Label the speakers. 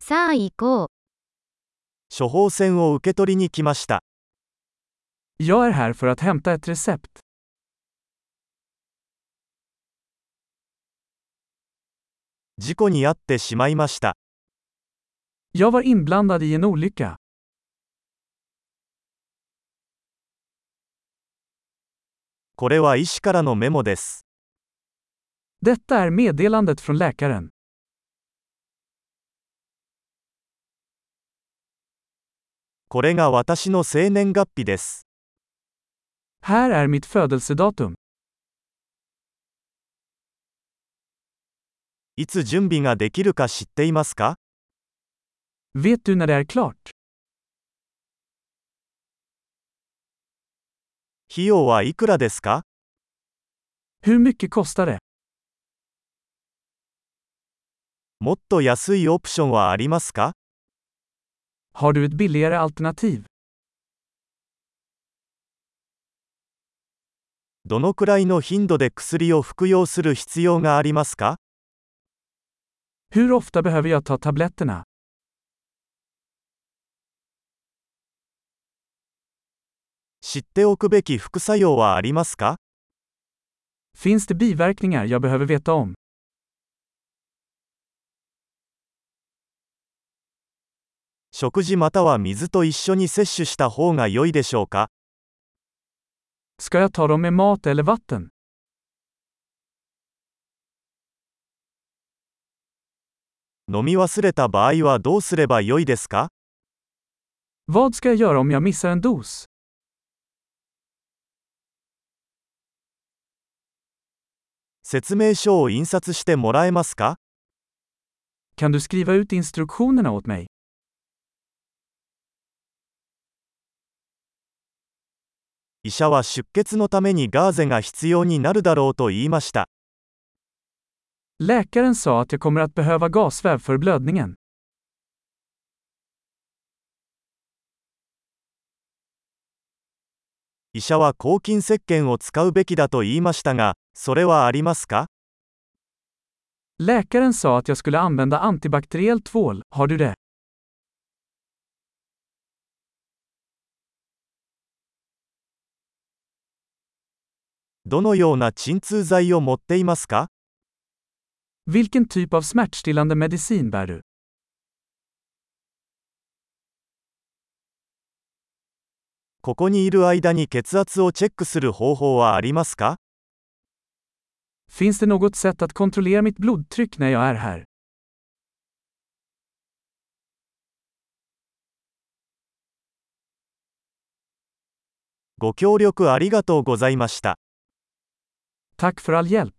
Speaker 1: さあ行こう。
Speaker 2: 処方箋を受け取りに来ました。
Speaker 3: Jag är här för att hämta ett recept.
Speaker 2: 事故に遭ってしまいました。
Speaker 3: Jag var inblandad i en olycka.
Speaker 2: これは医師からのメモです。
Speaker 3: Detta är meddelandet från läkaren.
Speaker 2: これが私の生年月日です。
Speaker 3: Här är mitt födelsedatum.
Speaker 2: いつ準備ができるか知っていますか
Speaker 3: Vet du när det är klart?
Speaker 2: 費用はいくらですか
Speaker 3: Hur mycket kostar det?
Speaker 2: もっと安いオプションはありますか
Speaker 3: Har du ett billigare alternativ?
Speaker 2: どのくらいの頻度で薬を服用する必要がありますか
Speaker 3: Hur ofta behöver jag ta tabletterna?
Speaker 2: 知っておくべき副作用はありますか
Speaker 3: Finns det biverkningar jag behöver veta om?
Speaker 2: 食事または水と一緒に摂取した方が良いでしょうか
Speaker 3: Ska jag ta dem med mat eller vatten?
Speaker 2: 飲み忘れた場合はどうすれば良いですか
Speaker 3: Vad ska jag göra om jag missar en dos?
Speaker 2: 説明書を印刷してもらえますか
Speaker 3: Kan du skriva ut instruktionerna åt mig?
Speaker 2: 医者は出血のためにガーゼが必要になるだろうと言いました。
Speaker 3: Läkaren sa att jag kommer att behöva gasväv för blödningen.
Speaker 2: 医者は抗菌石鹸を使うべきだと言いましたが、それはありますか
Speaker 3: Läkaren sa att jag skulle använda antibakteriell tvål, har du det?
Speaker 2: どのような鎮痛剤を持っていますか
Speaker 3: Vilken typ av smärtstillande medicin bär du?
Speaker 2: ここにいる間に血圧をチェックする方法はありますか
Speaker 3: Finns det något sätt att kontrollera mitt blodtryck när jag är här?
Speaker 2: ご協力ありがとうございました。
Speaker 3: Tack för all hjälp!